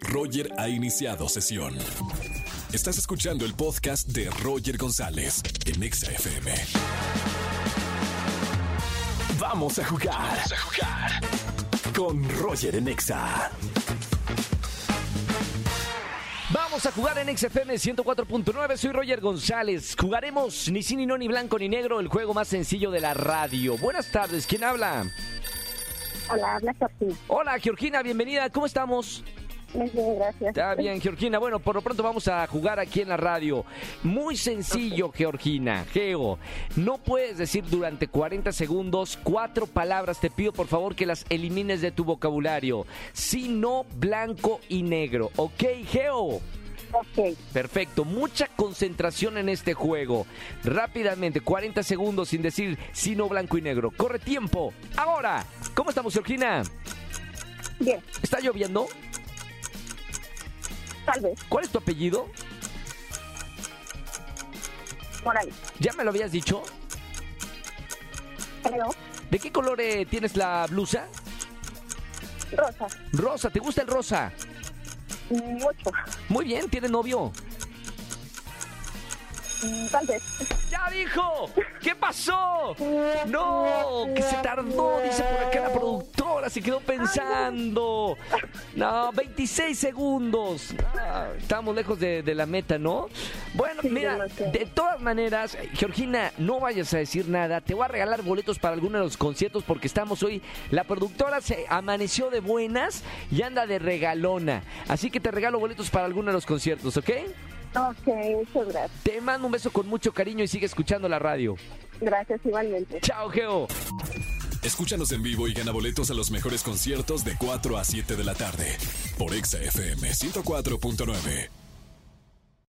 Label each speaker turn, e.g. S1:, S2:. S1: Roger ha iniciado sesión. Estás escuchando el podcast de Roger González en Exa FM. Vamos a jugar. Vamos a jugar. Con Roger en Exa.
S2: Vamos a jugar en XFM 104.9. Soy Roger González. Jugaremos ni sí, ni no, ni blanco, ni negro, el juego más sencillo de la radio. Buenas tardes, ¿quién habla?
S3: Hola, habla Georgina.
S2: Hola, Georgina, bienvenida. ¿Cómo estamos?
S3: Muy bien, gracias.
S2: Está bien, Georgina. Bueno, por lo pronto vamos a jugar aquí en la radio. Muy sencillo, Georgina. Geo, no puedes decir durante 40 segundos cuatro palabras. Te pido por favor que las elimines de tu vocabulario. Sino blanco y negro. ¿Ok, Geo?
S3: Ok,
S2: Perfecto, mucha concentración en este juego. Rápidamente, 40 segundos sin decir sino blanco y negro. Corre tiempo. Ahora, ¿cómo estamos, Georgina?
S3: bien,
S2: ¿Está lloviendo?
S3: tal vez,
S2: ¿Cuál es tu apellido?
S3: Morales.
S2: ¿Ya me lo habías dicho?
S3: Creo,
S2: ¿De qué color eh, tienes la blusa?
S3: Rosa,
S2: Rosa, ¿te gusta el rosa?
S3: mucho,
S2: Muy bien, ¿tiene novio?
S3: mm, tal vez.
S2: ¡Ya dijo! ¿Qué pasó? ¡No! ¡Que se tardó! Dice por acá la productora, se quedó pensando. No, 26 segundos. Ah, estamos lejos de, de la meta, ¿no? Bueno,
S3: Sí,
S2: mira,
S3: demasiado.
S2: de todas maneras, Georgina, no vayas a decir nada. Te voy a regalar boletos para alguno de los conciertos porque estamos hoy. La productora se amaneció de buenas y anda de regalona. Así que te regalo boletos para alguno de los conciertos, ¿ok?
S3: Ok, muchas gracias.
S2: Te mando un beso con mucho cariño y sigue escuchando la radio.
S3: Gracias igualmente.
S2: Chao, Geo.
S1: Escúchanos en vivo y gana boletos a los mejores conciertos de 4 a 7 de la tarde por Exa FM 104.9.